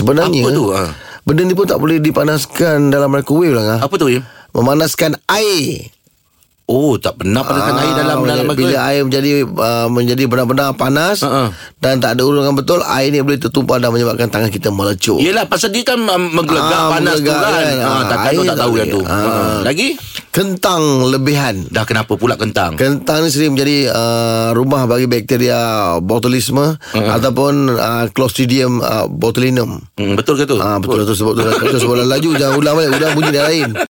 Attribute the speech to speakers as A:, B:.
A: Sebenarnya
B: Apa tu? Ha.
A: Benda ni pun tak boleh dipanaskan dalam microwave lah Ngah.
B: Apa tu Im?
A: Memanaskan air
B: Oh tak pernah panaskan air dalam
A: bila,
B: dalam
A: Ah, bila
B: microwave.
A: air menjadi uh, menjadi benar-benar panas
B: Ha, ha.
A: dan tak ada urungan betul air ni boleh tertumpah dan menyebabkan tangan kita melecup.
B: Yelah pasal dia kan um, menggelegak
A: Ah,
B: panas tu
A: menggelegak
B: kan.
A: kan.
B: Ha,
A: Ah,
B: takkan
A: air
B: tak
A: tak
B: tahu
A: boleh.
B: yang tu.
A: Ah.
B: Ha. Lagi?
A: Kentang lebihan.
B: Dah kenapa pula kentang?
A: Kentang ni sering menjadi uh, rumah bagi bakteria botulisme uh-huh. ataupun uh, Clostridium uh, botulinum.
B: Hmm, betul ke tu?
A: Ah betul tu sebab tu, tu sebab laju jangan ulang balik ulang bunyi dah lain.